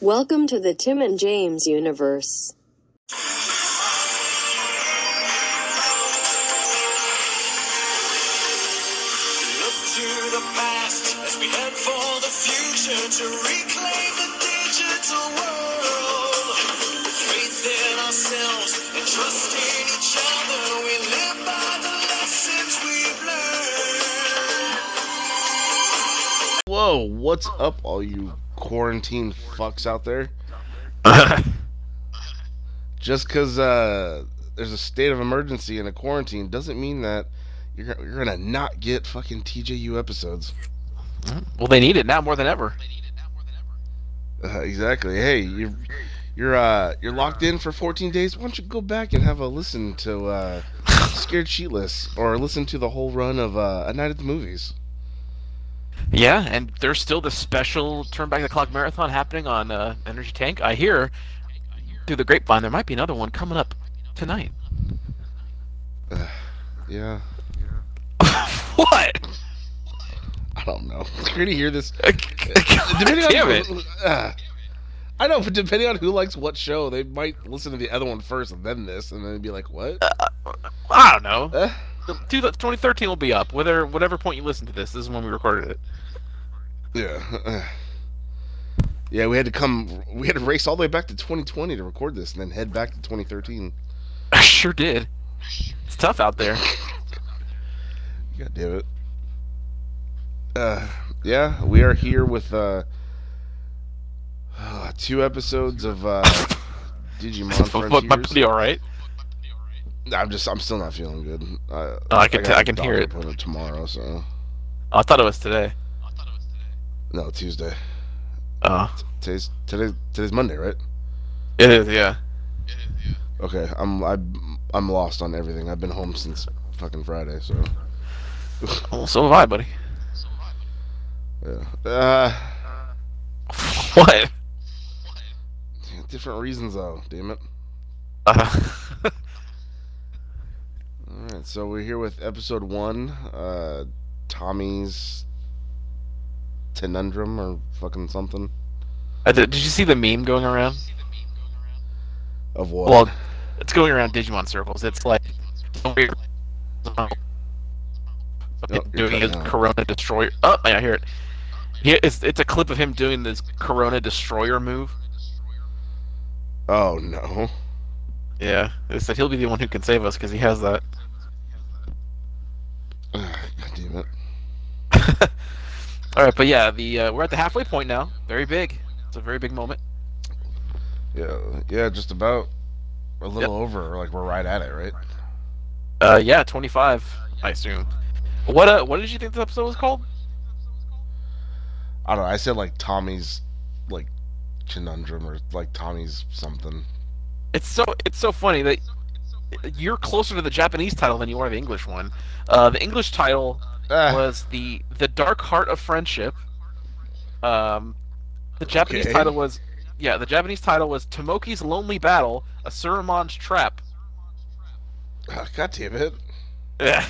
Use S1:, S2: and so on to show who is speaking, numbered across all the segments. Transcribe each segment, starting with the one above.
S1: Welcome to the Tim and James universe. Look to the past as we head for the future to reclaim the digital world. Faith in ourselves and trust in each other. We live by the lessons we've learned.
S2: Whoa, what's up, all you quarantine fucks out there? Just because uh, there's a state of emergency and a quarantine doesn't mean that you're, you're gonna not get fucking TJU episodes.
S3: Well, they need it now more than ever.
S2: Uh, exactly. Hey, you're you're uh, you're locked in for 14 days. Why don't you go back and have a listen to uh, Scared Sheetless or listen to the whole run of uh, A Night at the Movies?
S3: Yeah, and there's still this special Turn Back the Clock marathon happening on uh, Energy Tank. I hear through the grapevine there might be another one coming up tonight.
S2: Yeah,
S3: what?
S2: I don't know. You're gonna hear this.
S3: God
S2: depending
S3: damn
S2: on
S3: it.
S2: who- uh, I know, but depending on who likes what show, they might listen to the other one first and then this, and then be like, "What?"
S3: Uh. I don't know.
S2: Uh,
S3: The- two- 2013 will be up. Whether whatever point you listen to this, this is when we recorded it.
S2: yeah, uh. yeah. We had to come. We had to race all the way back to 2020 to record this, and then head back to 2013.
S3: I sure did. It's tough out there.
S2: God damn it. Uh, yeah, we are here with uh, uh, two episodes of uh, Digimon
S3: But my
S2: Frontiers.
S3: buddy, all right.
S2: I'm just, I'm still not feeling good. Uh,
S3: Oh, I can
S2: got
S3: t- I
S2: a
S3: can hear
S2: doctor
S3: it.
S2: appointment tomorrow, so
S3: Oh, I thought it was today.
S2: no Tuesday.
S3: Oh,
S2: Today's today, today's Monday, right?
S3: it is. Yeah.
S2: Okay, I'm I, I'm lost on everything. I've been home since fucking Friday, so
S3: Well, so have I, buddy.
S2: yeah. Uh,
S3: What?
S2: different reasons though. Damn it.
S3: Uh,
S2: All right, so we're here with episode one, uh, Tommy's Tenundrum or fucking something
S3: I did, did you see the meme going around?
S2: of what?
S3: Well, it's going around Digimon circles. It's like some weird. some
S2: you're
S3: kid doing his
S2: cutting out.
S3: Corona Destroyer. Oh, yeah, I hear it. Here, it's it's a clip of him doing this Corona Destroyer move.
S2: oh no.
S3: Yeah, it said he'll be the one who can save us because he has that.
S2: God damn it.
S3: All right, but yeah, the uh, we're at the halfway point now. Very big. It's a very big moment.
S2: Yeah, yeah, just about a little over. Like we're right at it, right?
S3: Uh, yeah, 25, I assume. What uh, what did you think this episode was called?
S2: I don't know. I said like Tommy's like conundrum or like Tommy's something.
S3: It's so it's so funny that you're closer to the Japanese title than you are the English one. Uh, the English title
S2: Ah,
S3: was the the Dark Heart of Friendship. Um, the Japanese
S2: Okay.
S3: title was yeah, the Japanese title was Tomoki's Lonely Battle, a Suruman's Trap.
S2: God damn it.
S3: Ugh.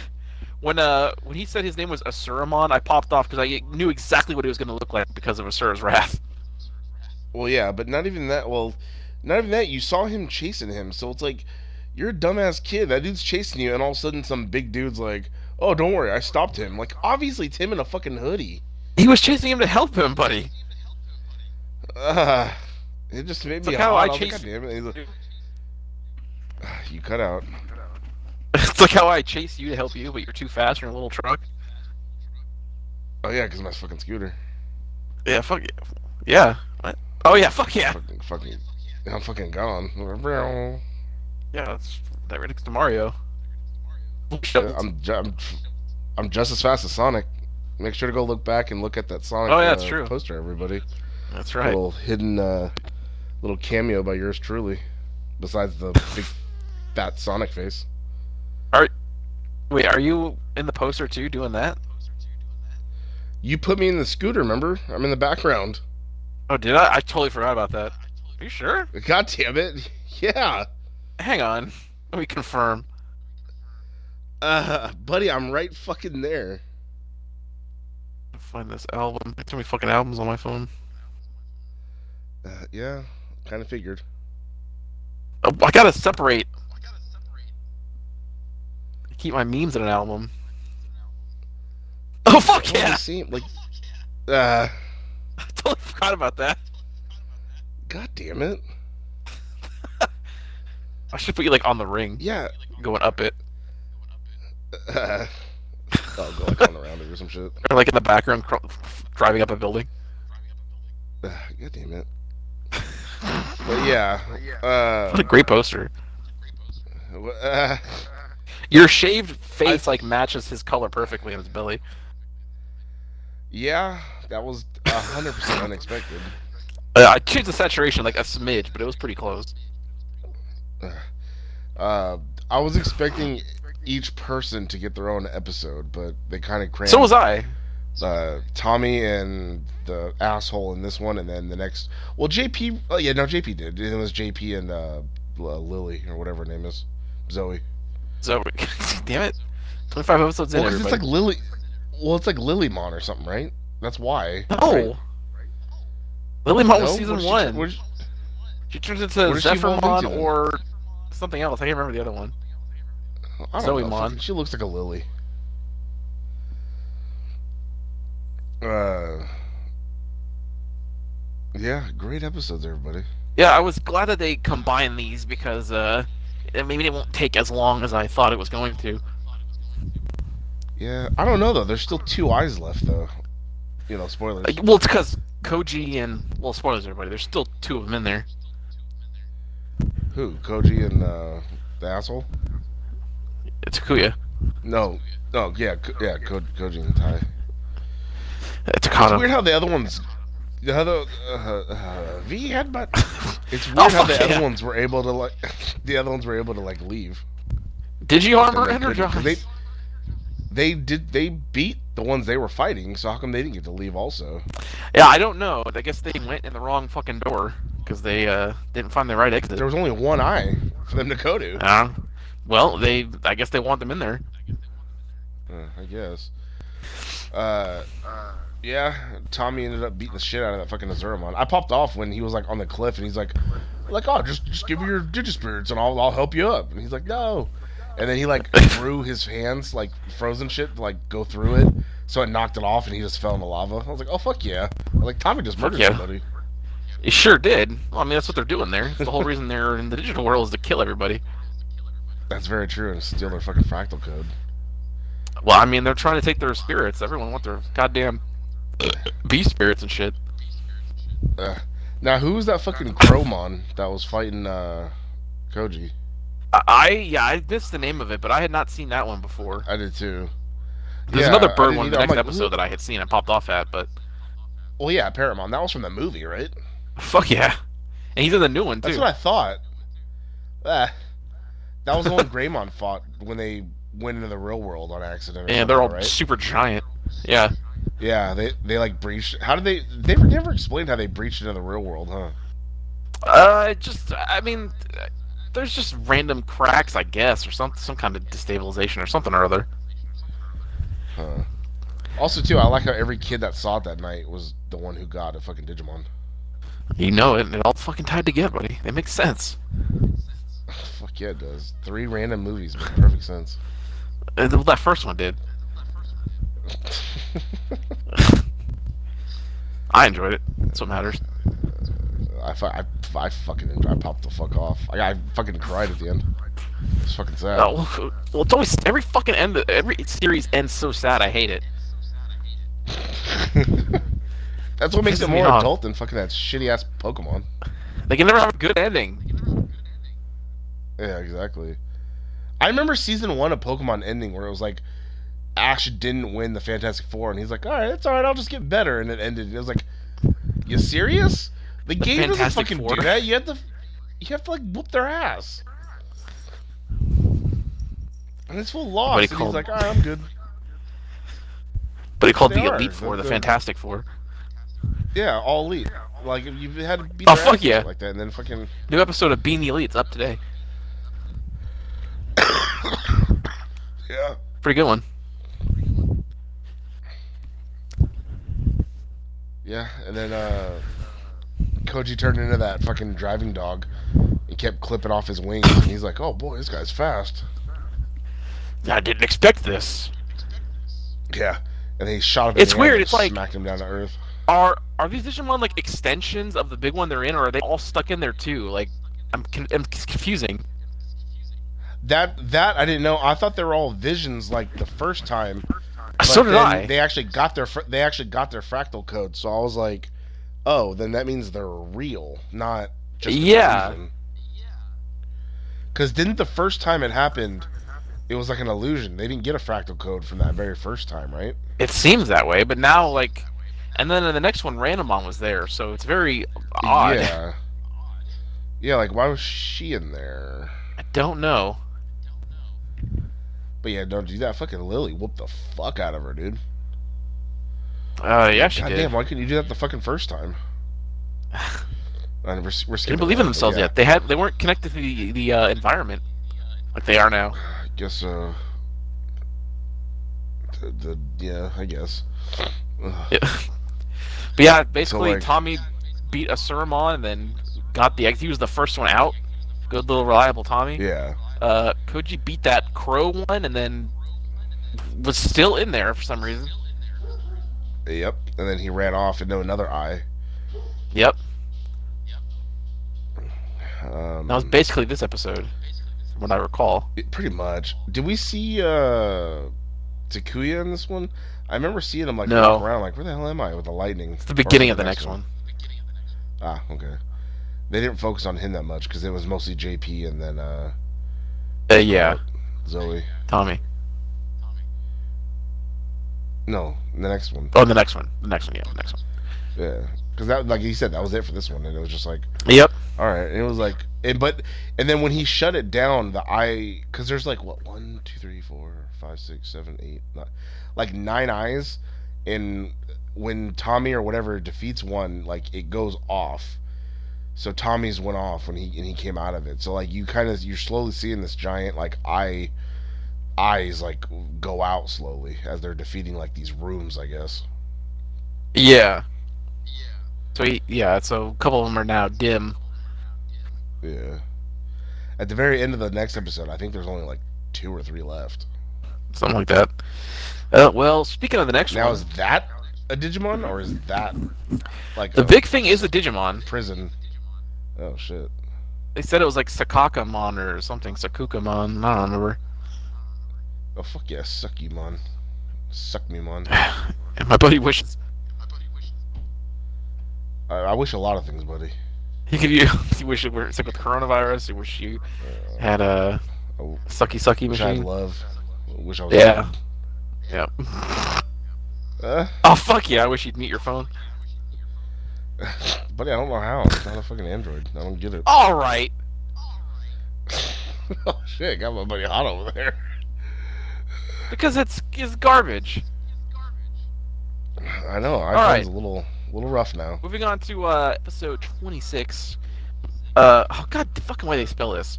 S3: when uh when he said his name was Asuramon, I popped off because I knew exactly what he was going to look like because of Asura's wrath.
S2: Well, yeah, but not even that. Well, not even that. You saw him chasing him, so it's like you're a dumbass kid. That dude's chasing you, and all of a sudden, some big dude's like, "Oh, don't worry, I stopped him." Like, obviously, Tim in a fucking hoodie.
S3: He was chasing him to help him, buddy.
S2: Uh, it just made
S3: It's
S2: me
S3: like how
S2: hot.
S3: I
S2: was like,
S3: chased-
S2: "God damn it!" He's like, "Ah, you cut out.
S3: it's like how I chase you to help you, but you're too fast. You're in a little truck.
S2: Oh yeah, because my fucking scooter.
S3: Yeah, fuck yeah. Yeah. What? Oh yeah, fuck yeah.
S2: Fucking, fucking, I'm fucking gone.
S3: Yeah, that's that relates to Mario.
S2: Yeah, I'm, ju- I'm, tr- I'm just as fast as Sonic. Make sure to go look back and look at that Sonic
S3: Oh, yeah, that's
S2: uh,
S3: true.
S2: poster, everybody.
S3: That's right.
S2: Little hidden, uh, little cameo by yours truly. Besides the big fat Sonic face.
S3: Wait, are you in the poster too doing that?
S2: You put me in the scooter, remember? I'm in the background.
S3: Oh, did I? I totally forgot about that. Are you sure?
S2: God damn it. Yeah.
S3: Hang on. Let me confirm.
S2: Uh, buddy, I'm right fucking there.
S3: Find this album. There's too many fucking albums on my phone.
S2: Uh, Yeah, kind of figured.
S3: Oh, I gotta separate. I keep my memes in an album. Oh fuck
S2: Well,
S3: yeah!
S2: they seem like. Uh,
S3: I totally forgot about that.
S2: God damn it.
S3: I should put you like on the ring,
S2: Yeah.
S3: going up it,
S2: Uh, I'll go like on around it or some shit.
S3: or like in the background cr- driving up a building.
S2: Uh, God damn it. But yeah. Uh,
S3: What a great poster!
S2: w- uh,
S3: Your shaved face like matches his color perfectly on his belly.
S2: yeah, that was a 100% unexpected.
S3: Uh, I changed the saturation like a smidge, but it was pretty close.
S2: Uh, I was expecting each person to get their own episode, but they kind of crammed
S3: So was I.
S2: uh, Tommy and the asshole in this one, and then the next. Well, JP. Oh yeah, no, JP did. It was JP and uh, L- Lily or whatever her name is, Zoe.
S3: So damn it, twenty-five episodes in.
S2: Well, 'cause it's like
S3: everybody.
S2: Lily. Well, it's like Lilymon or something, right? That's why.
S3: no. Lily Mont was
S2: No?
S3: season
S2: What's she-
S3: one.
S2: what's-
S3: She turns
S2: What
S3: into
S2: does she evolve
S3: Zephyrmon
S2: into?
S3: or something else. I can't remember the other one.
S2: I don't
S3: Zoe
S2: know.
S3: Mon.
S2: She looks like a lily. Uh, yeah, great episodes, everybody.
S3: Yeah, I was glad that they combined these because uh, it- maybe it won't take as long as I thought it was going to.
S2: Yeah, I don't know though. There's still two eyes left though. You know, spoilers.
S3: Like, well, it's because Koji and well, spoilers, everybody. There's still two of them in there.
S2: Who? Koji and uh, the asshole?
S3: It's Uh, Kuya.
S2: No, no, yeah, Ko- yeah, Ko- Koji and Tai.
S3: It's
S2: It's
S3: Kana.
S2: weird how the other ones, the other uh, uh, V headbutt. It's weird
S3: Oh,
S2: how the
S3: fuck yeah.
S2: other ones were able to like, the other ones were able to like leave.
S3: Did you armor
S2: They couldn't, 'cause They,
S3: energize?
S2: they did. They beat the ones they were fighting. So how come they didn't get to leave? Also,
S3: Yeah, I don't know. I guess they went in the wrong fucking door because they uh, didn't find the right exit.
S2: there was only one eye for them to go to.
S3: Uh, well, they. I guess they want them in there.
S2: Uh, I guess. Uh, yeah. Tommy ended up beating the shit out of that fucking Azuramon. I popped off when he was like on the cliff, and he's like, like, oh, just just give me your digispirits, and I'll I'll help you up. And he's like, no. And then he like threw his hands like frozen shit to, like go through it, so it knocked it off, and he just fell in the lava. I was like, oh fuck yeah! Like Tommy just murdered
S3: yeah.
S2: somebody.
S3: It sure did. Well, I mean, that's what they're doing there. It's the whole reason they're in the digital world is to kill everybody.
S2: That's very true, and steal their fucking fractal code.
S3: Well, I mean, they're trying to take their spirits. Everyone wants their goddamn beast spirits and shit.
S2: Uh, now who was that fucking Cromon that was fighting uh, Koji?
S3: I, I yeah, I missed the name of it, but I had not seen that one before.
S2: I did too.
S3: There's
S2: Yeah,
S3: another
S2: I
S3: bird
S2: didn't
S3: one in
S2: either.
S3: the
S2: I'm
S3: next
S2: like, who-
S3: episode that I had seen and popped off at, but
S2: Well, yeah, Paramount. That was from the movie, right?
S3: fuck yeah, and he's in the new one
S2: That's
S3: too.
S2: what I thought. Ah, that was the one Greymon fought when they went into the real world on accident. or
S3: yeah, they're all
S2: something, right?
S3: super giant. Yeah,
S2: Yeah, they they like breached. How did they? They were never explained how they breached into the real world, huh?
S3: uh, it just I mean, there's just random cracks, I guess, or some some kind of destabilization or something or other.
S2: Huh. Also, too, I like how every kid that saw it that night was the one who got a fucking Digimon.
S3: You know it, and it all fucking tied together, buddy. It makes sense.
S2: Fuck yeah, it does. Three random movies make perfect sense.
S3: Uh, th- that first one did. I enjoyed it. That's what matters.
S2: I, fu- I, I fucking I popped the fuck off. I, I fucking cried at the end. It's fucking sad.
S3: Oh, well, well, it's always every fucking end. Every series ends so sad. I hate it.
S2: That's what makes
S3: Pisses
S2: it
S3: me
S2: more
S3: off.
S2: adult than fucking that shitty ass Pokemon.
S3: They can never have a good ending.
S2: Yeah, exactly. I remember season one of Pokemon ending where it was like Ash didn't win the Fantastic Four, and he's like, "All right, it's all right, I'll just get better," and it ended. And it was like, "You serious? The, game doesn't
S3: Fantastic
S2: fucking
S3: Four?
S2: do that. You have to, you have to like whoop their ass." And it's full lost.
S3: do you
S2: And
S3: call-
S2: he's like, "All right, I'm good."
S3: But it called
S2: They
S3: the
S2: are.
S3: Elite Four, the
S2: They're-
S3: Fantastic Four.
S2: Yeah, all elite. Like you had to beat
S3: Oh,
S2: their
S3: fuck
S2: asses
S3: yeah.
S2: like that, and then fucking
S3: New episode of Being the Elite's up today.
S2: yeah.
S3: Pretty good one.
S2: Yeah, and then uh, Koji turned into that fucking driving dog and kept clipping off his wings. And he's like, oh boy, this guy's fast.
S3: I didn't expect this.
S2: Yeah. And then he shot up.
S3: It's
S2: in the air
S3: weird,
S2: and
S3: it's like-
S2: smacked him down to earth.
S3: Are are these Digimon like extensions of the big one they're in, or are they all stuck in there too? Like, I'm con- I'm c- confusing.
S2: That that I didn't know. I thought they were all visions like the first time. But
S3: so did
S2: then
S3: I.
S2: They actually got their fr- they actually got their fractal code. So I was like, oh, then that means they're real, not just
S3: Yeah.
S2: Because didn't the first time it happened, it was like an illusion. They didn't get a fractal code from that very first time, right?
S3: It seems that way, but now like, and then in the next one, Randomon was there, so it's very odd.
S2: Yeah. Yeah, like why was she in there?
S3: I don't know.
S2: But yeah, don't do that. Fucking Lily whooped the fuck out of her, dude.
S3: Uh, yeah, she
S2: God
S3: did.
S2: damn, why couldn't you do that the fucking first time? And we're, s- we're
S3: They didn't
S2: skipping
S3: believe in
S2: that, but
S3: themselves
S2: yeah.
S3: yet. They had they weren't connected to the the uh, environment like they are now.
S2: I guess uh, the, the, yeah, I guess. Ugh.
S3: Yeah. but yeah, basically
S2: like-
S3: Tommy beat Asuramon and then got the he was the first one out. Good little reliable Tommy.
S2: Yeah,
S3: Uh, Koji beat that crow one and then was still in there for some reason.
S2: yep. And then he ran off into another eye.
S3: Yep,
S2: Um,
S3: that
S2: Hmm.
S3: was basically this episode, from what I recall.
S2: it- pretty much. Did we see uh, Takuya in this one? I remember seeing him like
S3: No.
S2: walk around, like where the hell am I with the lightning?
S3: It's the beginning of the next one.
S2: Ah, okay. They didn't focus on him that much because it was mostly JP and then uh,
S3: Uh, yeah,
S2: Zoe.
S3: Tommy.
S2: No, the next one.
S3: Oh, the next one. The next one. Yeah, the next one.
S2: Yeah, because that, like he said, that was it for this one, and it was just like,
S3: Yep.
S2: all right. And it was like, and but, and then when he shut it down, the eye, because there's like what one, two, three, four, five, six, seven, eight, nine, like nine eyes, and when Tommy or whatever defeats one, like it goes off. So Tommy's went off when he and he came out of it. So like you kind of you're slowly seeing this giant like eye eyes like go out slowly as they're defeating like these rooms, I guess.
S3: Yeah. So he, yeah, so a couple of them are now dim.
S2: Yeah. At the very end of the next episode, I think there's only like two or three left.
S3: something like that. Uh, well, speaking of the next
S2: Now
S3: one,
S2: is that a Digimon or is that like
S3: the
S2: a
S3: big thing is the Digimon.
S2: prison? Oh shit.
S3: They said it was like Sakakamon or something, Sakukamon. I don't remember.
S2: Oh fuck yeah, suck you mon. Suck me mon.
S3: And my buddy wishes
S2: I, I wish a lot of things, buddy.
S3: he could you he wish it were sick with coronavirus. He wish you had a
S2: Oh.
S3: sucky sucky
S2: Wish I had
S3: machine.
S2: love. Wish I was
S3: Yeah. Yeah.
S2: dead.
S3: Oh fuck yeah! I wish you'd meet your phone.
S2: Uh, buddy, I don't know how. It's not a fucking android. I don't get it.
S3: All right.
S2: oh shit, got my buddy hot over there.
S3: Because it's it's garbage.
S2: I know. iPhone's
S3: right.
S2: a little little rough now.
S3: Moving on to uh, episode 26. Uh, oh god, the fucking way they spell this.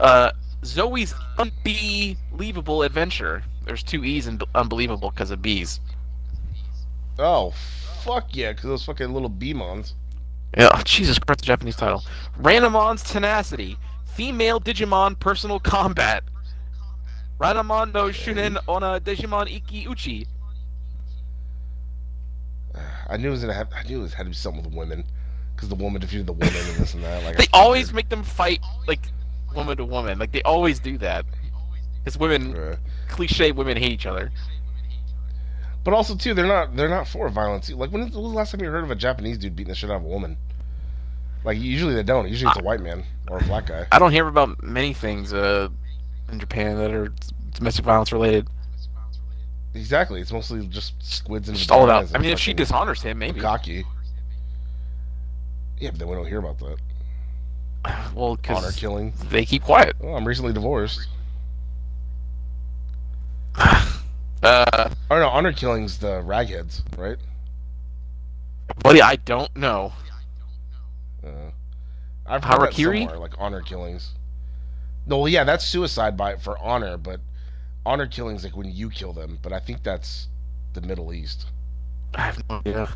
S3: Uh, Zoe's unbelievable adventure. There's two e's in unbelievable because of bees.
S2: Oh fuck yeah, because those fucking little beamons.
S3: Yeah, oh, Jesus Christ, the Japanese title. Ranamon's tenacity, female Digimon personal combat. Ranamon no Shunen ona Digimon Iki Uchi.
S2: I knew it was gonna have. I knew it was had to be something with women, because the woman defeated the woman and this and that. Like I
S3: They
S2: figured.
S3: always make them fight like woman to woman. Like they always do that. Because women,
S2: Yeah.
S3: cliche women, hate each other.
S2: But also too, they're not. They're not for violence. Like when, when was the last time you heard of a Japanese dude beating the shit out of a woman? Like usually they don't. Usually it's a white man or a black guy.
S3: I don't hear about many things uh, in Japan that are domestic violence related.
S2: Exactly. It's mostly just squids and
S3: Just
S2: vaginas
S3: all about.
S2: and
S3: I mean, if she
S2: fucking
S3: dishonors him, maybe.
S2: cocky. Yeah, but then we don't hear about that.
S3: Well,
S2: Honor
S3: because
S2: killing.
S3: they keep quiet.
S2: Well, I'm recently divorced.
S3: Uh,
S2: Or no, honor killing's the ragheads, right?
S3: buddy, I don't know.
S2: Uh, I've heard that
S3: Harakiri?
S2: somewhere, like honor killings. No, well, yeah, that's suicide by for honor, but honor killings like when you kill them. But I think that's the Middle East.
S3: I have no idea.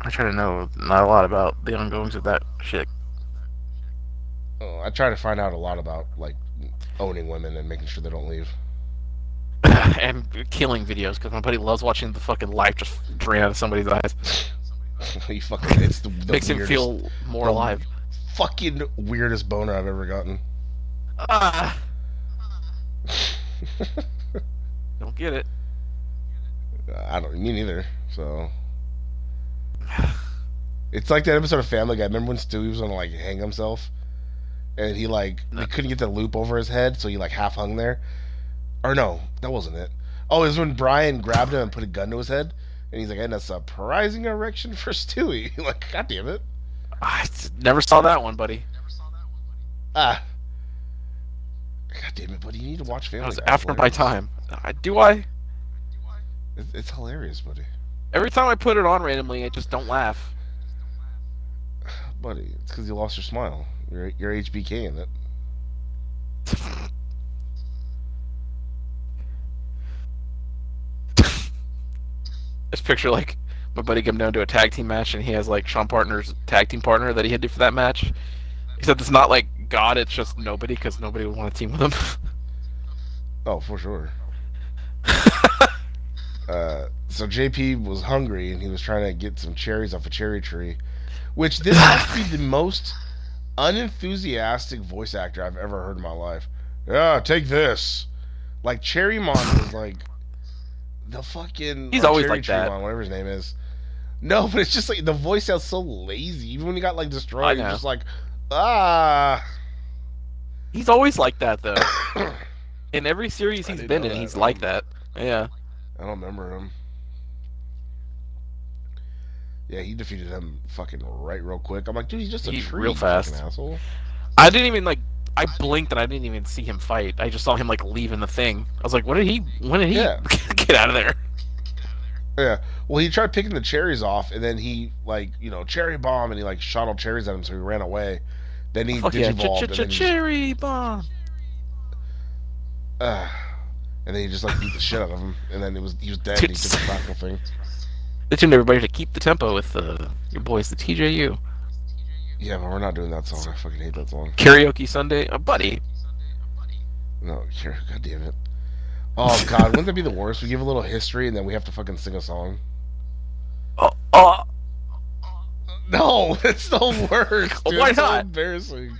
S3: I try to know not a lot about the ongoings of that shit.
S2: Oh, I try to find out a lot about like owning women and making sure they don't leave.
S3: and killing videos because my buddy loves watching the fucking life just drain out of somebody's eyes.
S2: you fucking, it's the, the
S3: Makes him
S2: weirdest-
S3: feel more
S2: the-
S3: alive.
S2: fucking weirdest boner I've ever gotten.
S3: Ah, don't get it.
S2: I don't. Me neither. So. It's like that episode of Family Guy. Remember when Stewie was gonna like hang himself, and he like we couldn't get the loop over his head, so he like half hung there. Or no, that wasn't it. Oh, it was when Brian grabbed him and put a gun to his head, and he's like, "And a surprising erection for Stewie." like, god damn it!
S3: I s- never saw that one, buddy.
S2: Ah, god damn it, buddy! You need to watch Family
S3: That was
S2: Guy.
S3: after my
S2: Hilarious.
S3: time. I, do I?
S2: It's, it's hilarious, buddy.
S3: Every time I put it on randomly, I just don't laugh.
S2: Buddy, it's because you lost your smile. You're, you're HBK in it.
S3: This picture, like, my buddy came down to a tag team match, and he has like Sean Partner's tag team partner that he had to for that match. Except it's not like God, it's just nobody because nobody would want to team with him.
S2: Oh, for sure. uh, so JP was hungry and he was trying to get some cherries off a cherry tree, which this has to be the most unenthusiastic voice actor I've ever heard in my life. Yeah, take this. Like Cherry Mon was like the fucking.
S3: He's
S2: or
S3: always
S2: Cherry
S3: like
S2: Tree
S3: that.
S2: Mon, whatever his name is. No, but it's just like the voice sounds so lazy. Even when he got like
S3: I
S2: destroyed, he's
S3: know.
S2: just like, ah.
S3: he's always like that though. In every series
S2: I
S3: he's
S2: didn't
S3: been
S2: know
S3: in,
S2: that.
S3: he's like that. Yeah.
S2: I don't remember him. Yeah, he defeated him fucking right real quick. I'm like, dude, he's just a
S3: He's
S2: tree,
S3: real
S2: you
S3: fast.
S2: fucking asshole.
S3: I didn't even like. I blinked and I didn't even see him fight. I just saw him like leaving the thing. I was like, "When did he? When did he
S2: Yeah.
S3: get out of there?"
S2: Yeah. Well, he tried picking the cherries off, and then he like, you know, cherry bomb, and he like shot all cherries at him, so he ran away. Then he
S3: Fuck yeah!
S2: digivolved, and, then he just,
S3: Cherry bomb.
S2: uh, and then he just like beat the shit out of him, and then it was he was dead. and he took the crackle thing.
S3: They tuned everybody to keep the tempo with uh, your boys, the TJU
S2: Yeah, but we're not doing that song. I fucking hate that song.
S3: karaoke Sunday. Uh, buddy,
S2: No, here, god damn it. Oh god, wouldn't that be the worst? We give a little history, and then we have to fucking sing a song.
S3: oh, oh,
S2: No, that's the worst. Dude.
S3: Why
S2: It's so
S3: not?
S2: embarrassing.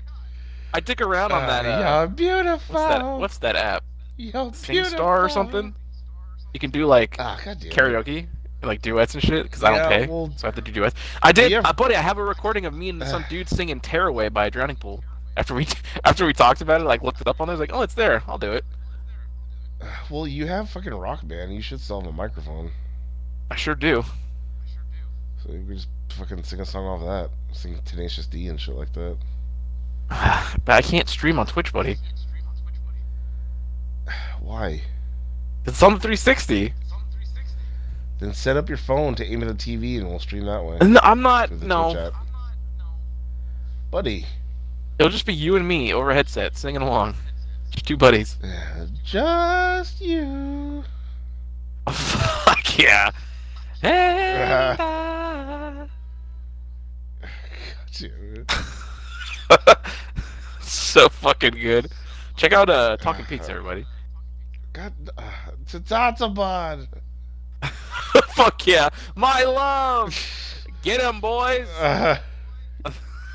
S3: I dick around on that.
S2: Ah,
S3: Uh,
S2: you're beautiful.
S3: what's that? What's that app?
S2: You're
S3: Sing Star or
S2: beautiful.
S3: something? You can do like
S2: Ah, god damn. it.
S3: karaoke, like duets and shit. Because I
S2: Yeah,
S3: don't pay,
S2: well-
S3: so I have to do duets. I did,
S2: Yeah.
S3: uh, buddy. I have a recording of me and some dude singing "Tearaway" by Drowning Pool. After we after we talked about it, like looked it up on there. I was like, "Oh, it's there. I'll do it."
S2: Well, you have fucking rock band. You should sell them a microphone.
S3: I sure do.
S2: So you could just fucking sing a song off of that. Sing Tenacious D and shit like that.
S3: but I can't stream on Twitch, buddy.
S2: Why?
S3: It's on the 360.
S2: Then set up your phone to aim at the TV and we'll stream that way.
S3: No, I'm not.
S2: through the Twitch
S3: No,
S2: app. Buddy.
S3: it'll just be you and me over a headset singing along. Just two buddies.
S2: Just you.
S3: Fuck yeah. And I-
S2: Dude.
S3: so fucking good. Check out uh, Talking Pizza, everybody.
S2: God. Uh, Tatsabon.
S3: Fuck yeah. My love. Get him, boys.
S2: Uh,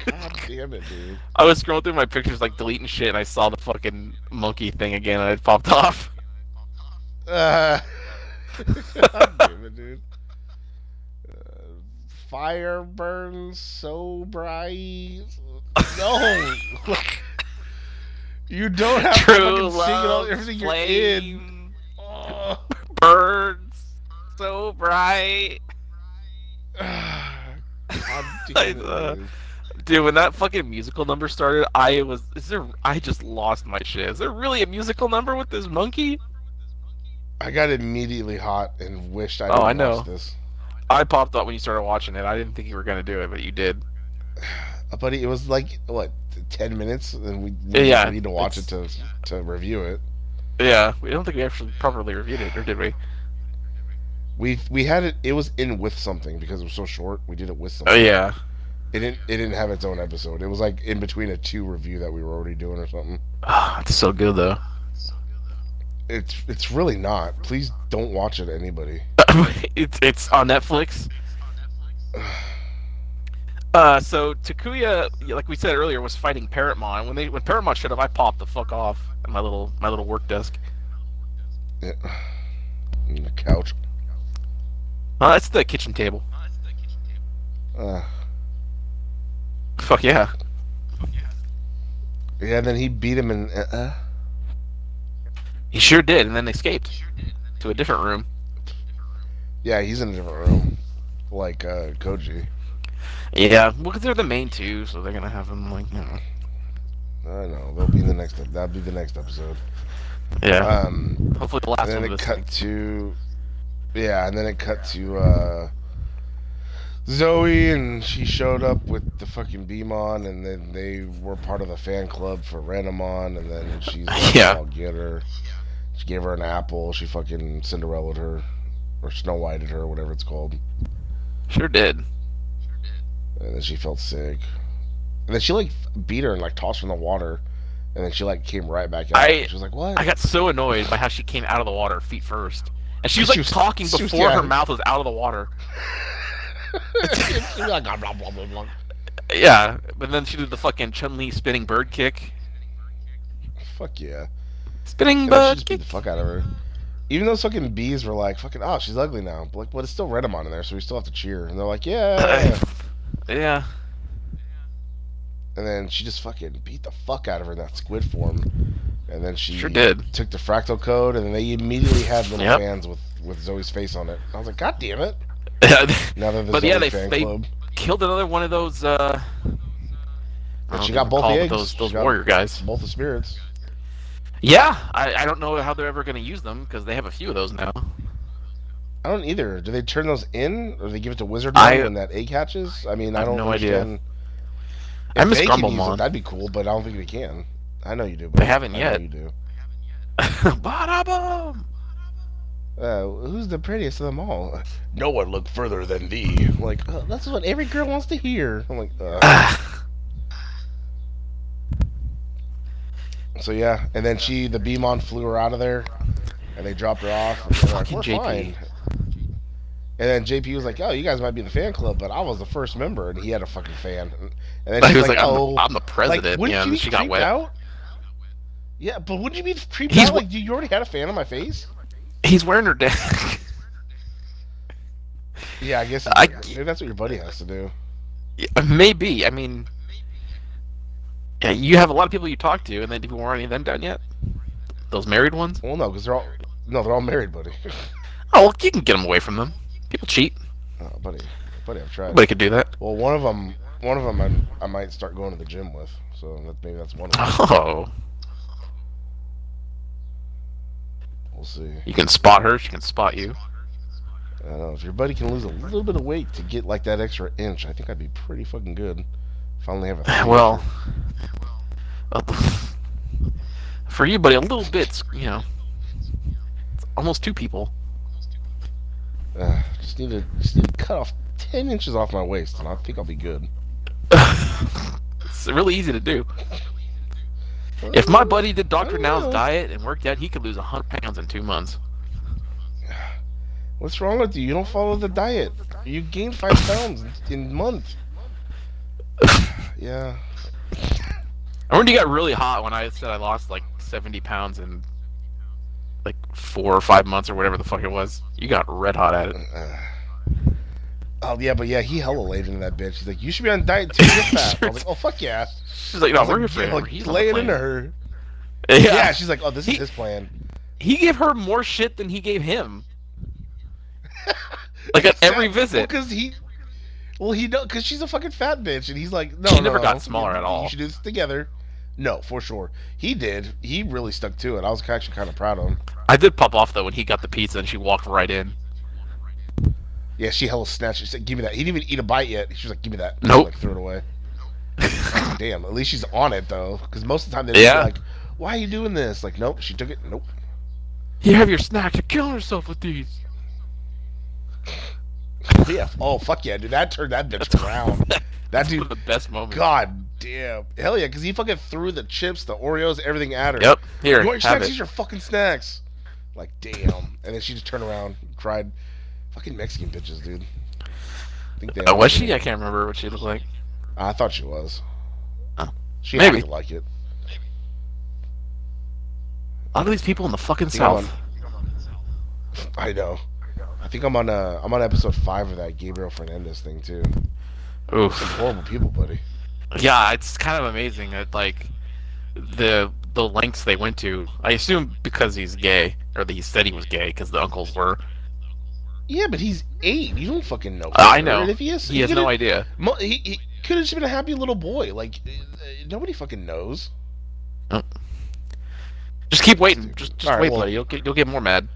S2: God damn it, dude.
S3: I was scrolling through my pictures, like deleting shit, and I saw the fucking monkey thing again, and it popped off.
S2: Uh, God damn it, dude. Uh, fire burns so bright. No! you don't have to
S3: True
S2: fucking sing it all,
S3: love,
S2: everything you're in.
S3: flame,
S2: Oh.
S3: birds, so bright.
S2: God damn
S3: I,
S2: it,
S3: uh,
S2: dude.
S3: Dude, when that fucking musical number started, I was is there I just lost my shit. Is there really a musical number with this monkey?
S2: I got immediately hot and wished I
S3: Oh,
S2: didn't
S3: I know.
S2: watch this.
S3: I popped up when you started watching it. I didn't think you were gonna do it, but you did.
S2: Uh, buddy, it was like, what, 10 minutes? And we,
S3: Yeah, yeah,
S2: we need to watch it
S3: it's-
S2: to, to review it.
S3: Yeah, we don't think we actually properly reviewed it, or did we?
S2: We we had it. It was in with something because it was so short. We did it with something.
S3: Oh yeah.
S2: It didn't. It didn't have its own episode. It was like in between a two review that we were already doing or something.
S3: Oh, it's so good though.
S2: It's it's really not. Please don't watch it, anybody.
S3: it's it's on Netflix. Uh, so Takuya, like we said earlier, was fighting Paramon. When they when Paramon showed up, I popped the fuck off at my little my little work desk.
S2: Yeah. Mm, The couch.
S3: Uh, it's the kitchen table.
S2: Uh,
S3: Fuck yeah.
S2: yeah. Then he beat him in. Uh, uh,
S3: He sure did, and then escaped to a different room.
S2: yeah, he's in a different room, like uh, Koji.
S3: Yeah, well, 'cause they're the main two, so they're gonna have him like, you know.
S2: I know. They'll be in the next. ep- That'll be the next episode.
S3: yeah.
S2: Um.
S3: Hopefully, the last
S2: and
S3: one.
S2: then
S3: of
S2: it
S3: this
S2: cut
S3: thing.
S2: to yeah and then it cut to uh zoe and she showed up with the fucking beamon and then they were part of the fan club for randomon and then she's like
S3: Yeah.
S2: i'll get her she gave her an apple she fucking cinderella'd her or snow whited her whatever it's called
S3: Sure did.
S2: and then she felt sick and then she like beat her and like tossed her in the water and then she like came right back out
S3: I-
S2: she was like what
S3: I got so annoyed by how she came out of the water feet first, and she was
S2: She
S3: like
S2: was-
S3: talking
S2: she
S3: before
S2: was- yeah.
S3: her mouth was out of the water.
S2: She was like, "Ah, blah, blah, blah, blah."
S3: Yeah, but then she did the fucking Chun Li spinning bird kick.
S2: fuck yeah Yeah,
S3: Spinning
S2: she
S3: bird
S2: just beat
S3: kick.
S2: the fuck out of her. Even those fucking bees were like, fucking, oh, she's ugly now. But like, but it's still Redemon in there, so we still have to cheer. And they're like, yeah.
S3: yeah.
S2: and then she just fucking beat the fuck out of her in that squid form. And then she
S3: Sure did.
S2: took the fractal code, and they immediately had little
S3: Yep.
S2: fans with, with Zoe's face on it. I was like, god damn it. Now they're the
S3: But
S2: Zoe
S3: yeah, they-
S2: fan
S3: they-
S2: club.
S3: Killed another one of those. uh... I don't
S2: she got
S3: know
S2: both
S3: what they're
S2: the eggs.
S3: called, Those,
S2: She
S3: those
S2: got-
S3: warrior guys.
S2: Both the spirits.
S3: Yeah, I, I don't know how they're ever gonna use them because they have a few of those now.
S2: I don't either. Do they turn those in, or they give it to Wizard
S3: I-
S2: when that egg hatches? I mean, I,
S3: I have
S2: don't
S3: no idea.
S2: understand.
S3: I
S2: If
S3: miss
S2: they can use it,
S3: Grumblemon.
S2: That'd be cool, but I don't think they can. I know you do. But
S3: They haven't
S2: I
S3: yet.
S2: Know you do.
S3: Bada boom!
S2: Uh, who's the prettiest of them all? No one looked further than thee. Like uh, that's what every girl wants to hear. I'm like, uh. so yeah. And then she, the Beamon, flew her out of there, and they dropped her off. And they're like,
S3: Fucking
S2: We're
S3: JP.
S2: fine. And then JP was like, "Oh, you guys might be the fan club, but I was the first member, and he had a fucking fan." And then
S3: Like,
S2: she's
S3: he was like, I'm,
S2: "Oh,
S3: the, I'm the
S2: like,
S3: president.
S2: wouldn't
S3: yeah,
S2: you
S3: and
S2: be
S3: she got
S2: creeped
S3: wet.
S2: out? Yeah, but wouldn't you be creeped
S3: He's
S2: out?
S3: wa-
S2: Like, you you already had a fan on my face.
S3: He's wearing her deck.
S2: Yeah, I guess
S3: I-
S2: maybe that's what your buddy has to do.
S3: Uh, Maybe. I mean, yeah, you have a lot of people you talk to, and then people weren't any of them done yet. Those married ones.
S2: Well, no, because they're all no, they're all married, buddy.
S3: Oh, well, you can get them away from them. People cheat.
S2: oh, buddy, buddy, I've tried.
S3: Nobody could do that.
S2: Well, one of them, one of them, I, I might start going to the gym with. So that, maybe that's one of them.
S3: Oh,
S2: We'll see.
S3: you can spot her. She can spot you.
S2: I don't know if your buddy can lose a little bit of weight to get like that extra inch. I think I'd be pretty fucking good. Finally have a
S3: Well, for you, buddy, a little bit's you know, it's almost two people.
S2: Uh, just need to just need to cut off ten inches off my waist, and I think I'll be good.
S3: it's really easy to do. If my buddy did Dr. Now's diet and worked out, he could lose 100 pounds in two months.
S2: What's wrong with you? You don't follow the diet. You gained five pounds in a month. Yeah.
S3: I remember you got really hot when I said I lost like 70 pounds in like four or five months or whatever the fuck it was. You got red hot at it.
S2: Uh, oh yeah, but yeah, he hella laid into that bitch. He's like, you should be on diet too. You're fat. I was like, oh fuck yeah.
S3: She's like, no,
S2: I
S3: we're
S2: was
S3: your
S2: like,
S3: family.
S2: like,
S3: He's on the
S2: lay it
S3: plane."
S2: into her.
S3: Yeah.
S2: Yeah. she's like, oh, this is
S3: He-
S2: his plan.
S3: he gave her more shit than he gave him. Like at every visit.
S2: because he. Well, he know because she's a fucking fat bitch, and he's like, no,
S3: She
S2: no,
S3: never
S2: no,
S3: got smaller
S2: you-
S3: at all.
S2: You should do this together. No, for sure. He did. He really stuck to it. I was actually kind of proud of him.
S3: I did pop off though when he got the pizza and she walked right in.
S2: Yeah, she hella snatched. it. She said, "Give me that." He didn't even eat a bite yet. She was like, "Give me that." She,
S3: Nope.
S2: Like, threw it away. Damn. At least she's on it though, because most of the time they're just
S3: Yeah.
S2: like, "Why are you doing this?" Like, nope. She took it. Nope.
S3: You have your snacks. You're killing yourself with these.
S2: yeah. Oh fuck yeah, dude! That turned that bitch around. That
S3: One of
S2: dude.
S3: the best moments.
S2: God damn. Hell yeah, because he fucking threw the chips, the Oreos, everything at her.
S3: Yep. Here,
S2: You want your
S3: have
S2: snacks?
S3: it.
S2: These are fucking snacks. Like damn. and then she just turned around, and cried. Fucking Mexican bitches, dude. I think they
S3: Uh, was she? I can't remember what she looked like.
S2: I thought she was.
S3: Oh.
S2: She
S3: Maybe.
S2: had to like it.
S3: A lot of these people in the fucking
S2: Hang
S3: south.
S2: I know. I think I'm on uh, I'm on episode five of that Gabriel Fernandez thing too.
S3: Oof.
S2: Horrible people, buddy.
S3: Yeah, it's kind of amazing that like the the lengths they went to. I assume because he's gay, or that he said he was gay, because the uncles were.
S2: Yeah, but he's eight. You don't fucking know.
S3: Uh, I
S2: better.
S3: know.
S2: And if he is,
S3: He has
S2: could've-
S3: no idea.
S2: Mo- he, he could have just been a happy little boy. Like uh, nobody fucking knows.
S3: Just keep waiting. Just, just
S2: All right,
S3: wait,
S2: well-
S3: buddy. You'll get you'll get more mad.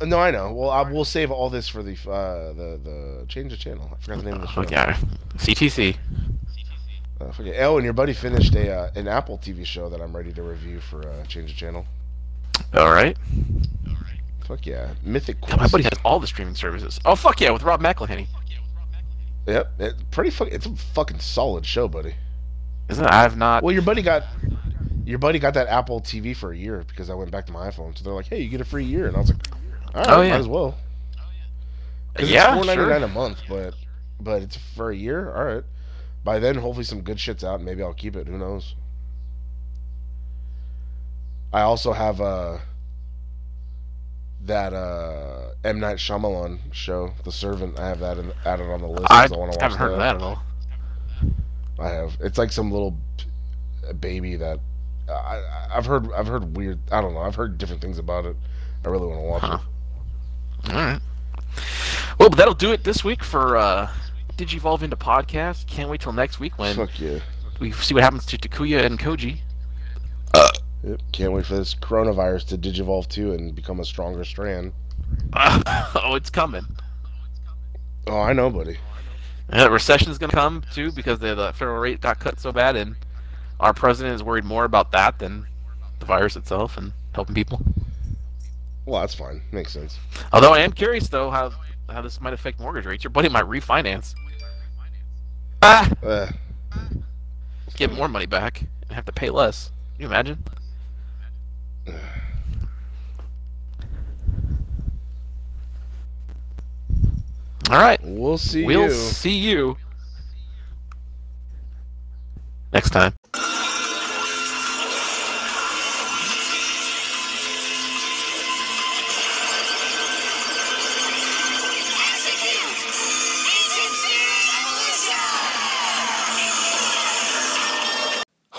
S2: Uh, No, I know. Well, I will save all this for the uh, the the change of channel. I forgot the name of the show.
S3: Oh, yeah. CTC.
S2: Uh, forget. Oh, and your buddy finished a uh, an Apple TV show that I'm ready to review for uh, change of channel.
S3: All right.
S2: Fuck yeah, Mythic Quest.
S3: God, my buddy has all the streaming services. Oh fuck yeah, with Rob McElhenney.
S2: Yep, it, pretty fucking. It's a fucking solid show, buddy.
S3: Isn't it? I have not.
S2: Well, your buddy got your buddy got that Apple TV for a year because I went back to my iPhone. So they're like, "Hey, you get a free year," and I was like, "All right,
S3: Oh, yeah.
S2: might as well." 'Cause it's
S3: yeah,
S2: four ninety nine
S3: sure.
S2: a month, but but it's for a year. All right. By then, hopefully, some good shit's out. and Maybe I'll keep it. Who knows? I also have uh that uh M Night Shyamalan show, The Servant. I have that in, added on the list. 'cause
S3: I
S2: wanna watch
S3: haven't heard of that at all.
S2: I have. It's like some little uh, baby that I- I, I've heard. I've heard weird. I don't know. I've heard different things about it. I really want to watch
S3: Huh. All right. Well, but that'll do it this week for uh, Digivolve into podcast. Can't wait till next week
S2: it.
S3: when
S2: Fuck yeah!
S3: we see what happens to Takuya and Koji.
S2: Yep. Can't wait for this coronavirus to digivolve too and become a stronger strand.
S3: oh, it's coming.
S2: Oh, I know, buddy.
S3: Uh, recession is going to come too because the, the federal rate got cut so bad, and our president is worried more about that than the virus itself and helping people.
S2: Well, that's fine. Makes sense.
S3: Although I am curious though how how this might affect mortgage rates. Your buddy might refinance. Ah,
S2: Uh,
S3: get more money back and have to pay less. Can you imagine? All right.
S2: we'll see
S3: We'll
S2: you.
S3: see you next time.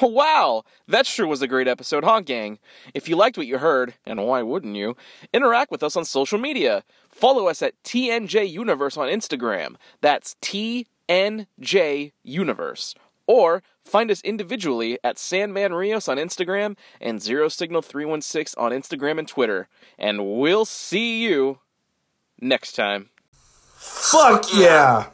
S3: Wow, that sure was a great episode, huh, gang? If you liked what you heard, and why wouldn't you, interact with us on social media. Follow us at TNJ Universe on Instagram. That's TNJ Universe. Or find us individually at Sandman Rios on Instagram and Zero Signal 316 on Instagram and Twitter. And we'll see you next time.
S4: Fuck yeah.